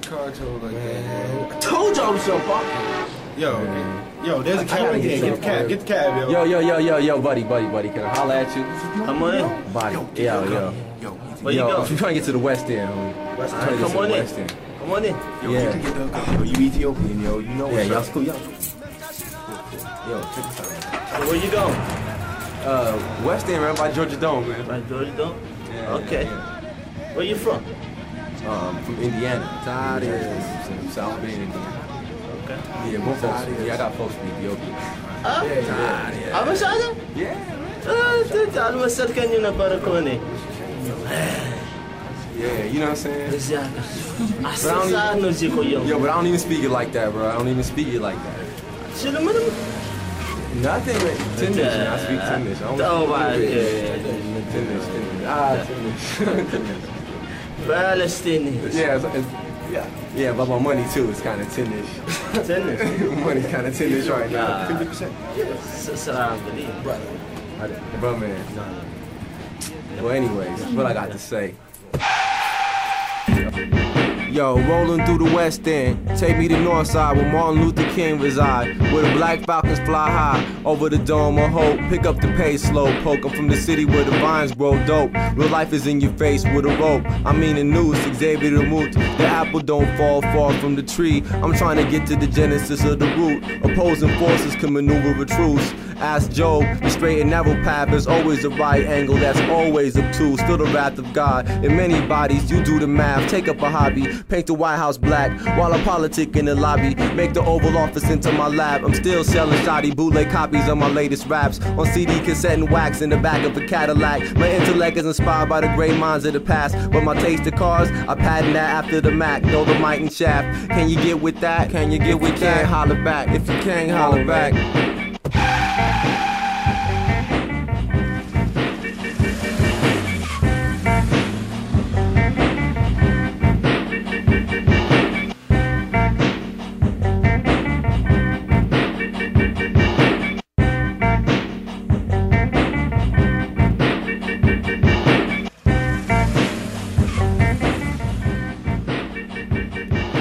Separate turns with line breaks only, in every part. charge her like that.
I told y'all I'm so fucking.
Yo, yo, there's a
I
cab
gotta
in
get
here. Get the
something.
cab. Get the cab,
Yo,
yo.
yo, yo, yo, yo, buddy, buddy, buddy. Can I holler at you?
Come on in.
Buddy. Yo, yo.
Yo, easy.
Where you
Yo,
go?
if you're trying to get to the West End, homie.
West
Trying to
End.
get to
Come
the
on in.
West End.
Come on in.
Yo,
Yeah.
you can get the oh, yo, you Ethiopian, yo. You know
Yeah,
what's
y'all
up.
school, y'all.
Yo, check this out.
So where you going?
Uh, West End, right by Georgia Dome, man.
Right, Georgia Dome?
Yeah,
okay.
yeah,
Where you from?
yeah. Um, from Indiana. Tired is. South Bend, Indiana.
Okay.
Yeah, we're folks. Yeah, I got folks from Ethiopia.
Ah, Abashada?
Yeah.
Ah, tudo. Ah, você quer ir na Baracone?
Yeah, you know what I'm saying?
Exato. Ah, Acessar no Zico Young.
Yo, but I don't even speak it like that, bro. I don't even speak it like that.
Chile, mano.
Nothing but Tindish. man. I speak Tindish. I
Oh, my
only speak
God.
Tindish. Tindish, Tindish. Ah, Tindish. Tindish.
Palestine.
Yeah, it's, it's, yeah, yeah, but my money too is kind of tindish.
Tennis.
Money's kind of tindish right now.
Ah,
50%.
Salam alaikum.
Bro, man. Well, anyways, what I got to say. Yo, rolling through the West End. Take me to North Side where Martin Luther King reside. Where the black falcons fly high over the dome of hope. Pick up the pace slow. Poke I'm from the city where the vines grow dope. Real life is in your face with a rope. I mean the news, Xavier the Moot. The apple don't fall far from the tree. I'm trying to get to the genesis of the root. Opposing forces can maneuver a truce. Ask Job, the straight and narrow path is always a right angle that's always obtuse. Still the wrath of God. In many bodies, you do the math. Take up a hobby, paint the White House black while I politic in the lobby. Make the Oval Office into my lab. I'm still selling shoddy bootleg copies of my latest raps on CD, cassette, and wax in the back of a Cadillac. My intellect is inspired by the great minds of the past, but my taste of cars, I patent that after the Mac. Know the mic and shaft. Can you get with that? Can you get with that? Can't holler back if you can't holler back.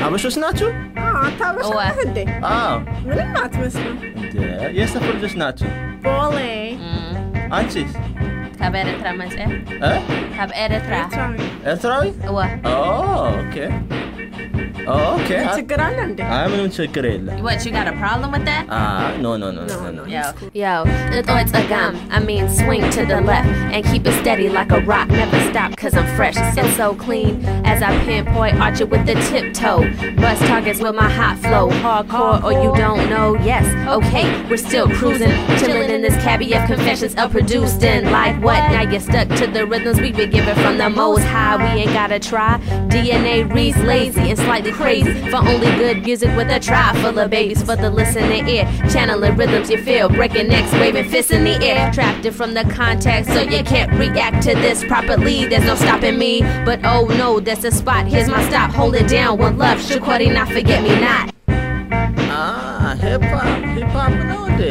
Abas o Snacho?
Ah, tava
Ué.
chocante.
Ah,
Mas não mate, mas não.
é. E essa foi o Snacho?
Bolé.
Mm,
Antes?
Cabe eretra, mas é?
Hã?
Cabe eretra.
Tchau.
É Traui?
Ué.
Oh, ok. Oh, ok. Ah,
It's a good island.
I'm in Chakrela.
What, you got a problem with that?
Ah, no, no, no, no,
No,
no.
no.
Yo.
Yo, or it's a gum. I mean, swing to the left and keep it steady like a rock. Never stop, cause I'm fresh and so clean. As I pinpoint, arch it with the tiptoe. Bust targets with my hot flow. Hardcore, or you don't know, yes, okay. We're still cruising, chilling in this cabbie of confessions of produced and like what? Now you're stuck to the rhythms we been given from the most high. We ain't gotta try. DNA reads lazy and slightly crazy. For only good music with a try full of babies for the listening ear. Channeling rhythms you feel, breaking necks, waving fists in the air. Trapped it from the context, so you can't react to this properly. There's no stopping me, but oh no, that's a spot. Here's my stop, hold it down. One love, Shakwari, not forget me not.
Ah, hip hop, hip hop ነው እንዴ?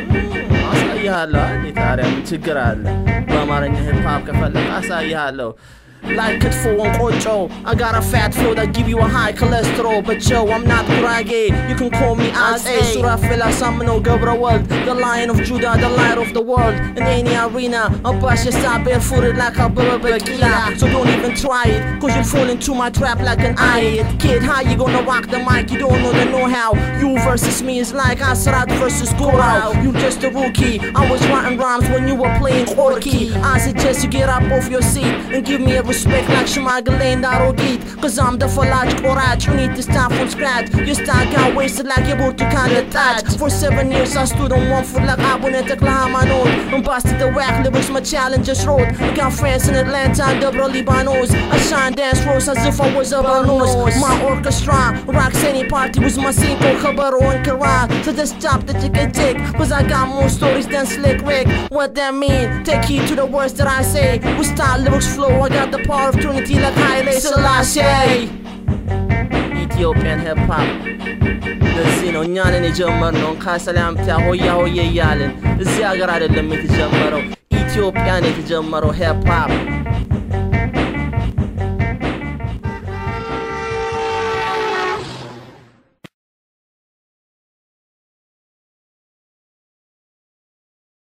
እም፣ አሳይሃለሁ አይደል? ታዲያ ምን ችግር አለ? በአማርኛ ሂፕ ሆፕ ከፈለግ አሳይሃለሁ። Like ክትፎውን ቆጮ I got a fat flow that give you a high cholesterol But yo, I'm not ጉራጌ You can call me አፄ ሱራፌል አሳምነው ገብረ ወልድ The lion of Judah, the light of the world In any arena I'll bust your style barefooted like አበበ ቢቂላ So don't even try it Cause you'll fall into my trap like an idiot Kid, how you gonna rock the mic? You don't know the know-how You versus me is like Asrat versus Gorau You just a rookie I was writing rhymes when you were playing Corky I suggest you get up off your seat And give me a respect like Shmagale and Arogit Cause I'm the Falaj Korat You need to start from scratch Your style got wasted like your Burtukan attached For seven years I stood on one foot like I wouldn't decline my note And busted the whack lyrics my challenges wrote I got friends in Atlanta and Deborah Libanos I shine dance rows as if I was a Banos My orchestra rocks any party with my cinco Habaro and Karan So just stop the chicken dick Cause I got more stories than Slick Rick What that mean? Take heed to the words that I say With style lyrics flow I got the power of Trinity like Haile Selassie Ethiopian hip hop oh, ለዚህ ነው እኛንን የጀመርነውን ከሰላምታ ሆያ oh. ሆዬ እያልን እዚህ ሀገር አይደለም የተጀመረው ኢትዮጵያ ነው የተጀመረው ሂፕ ሆፕ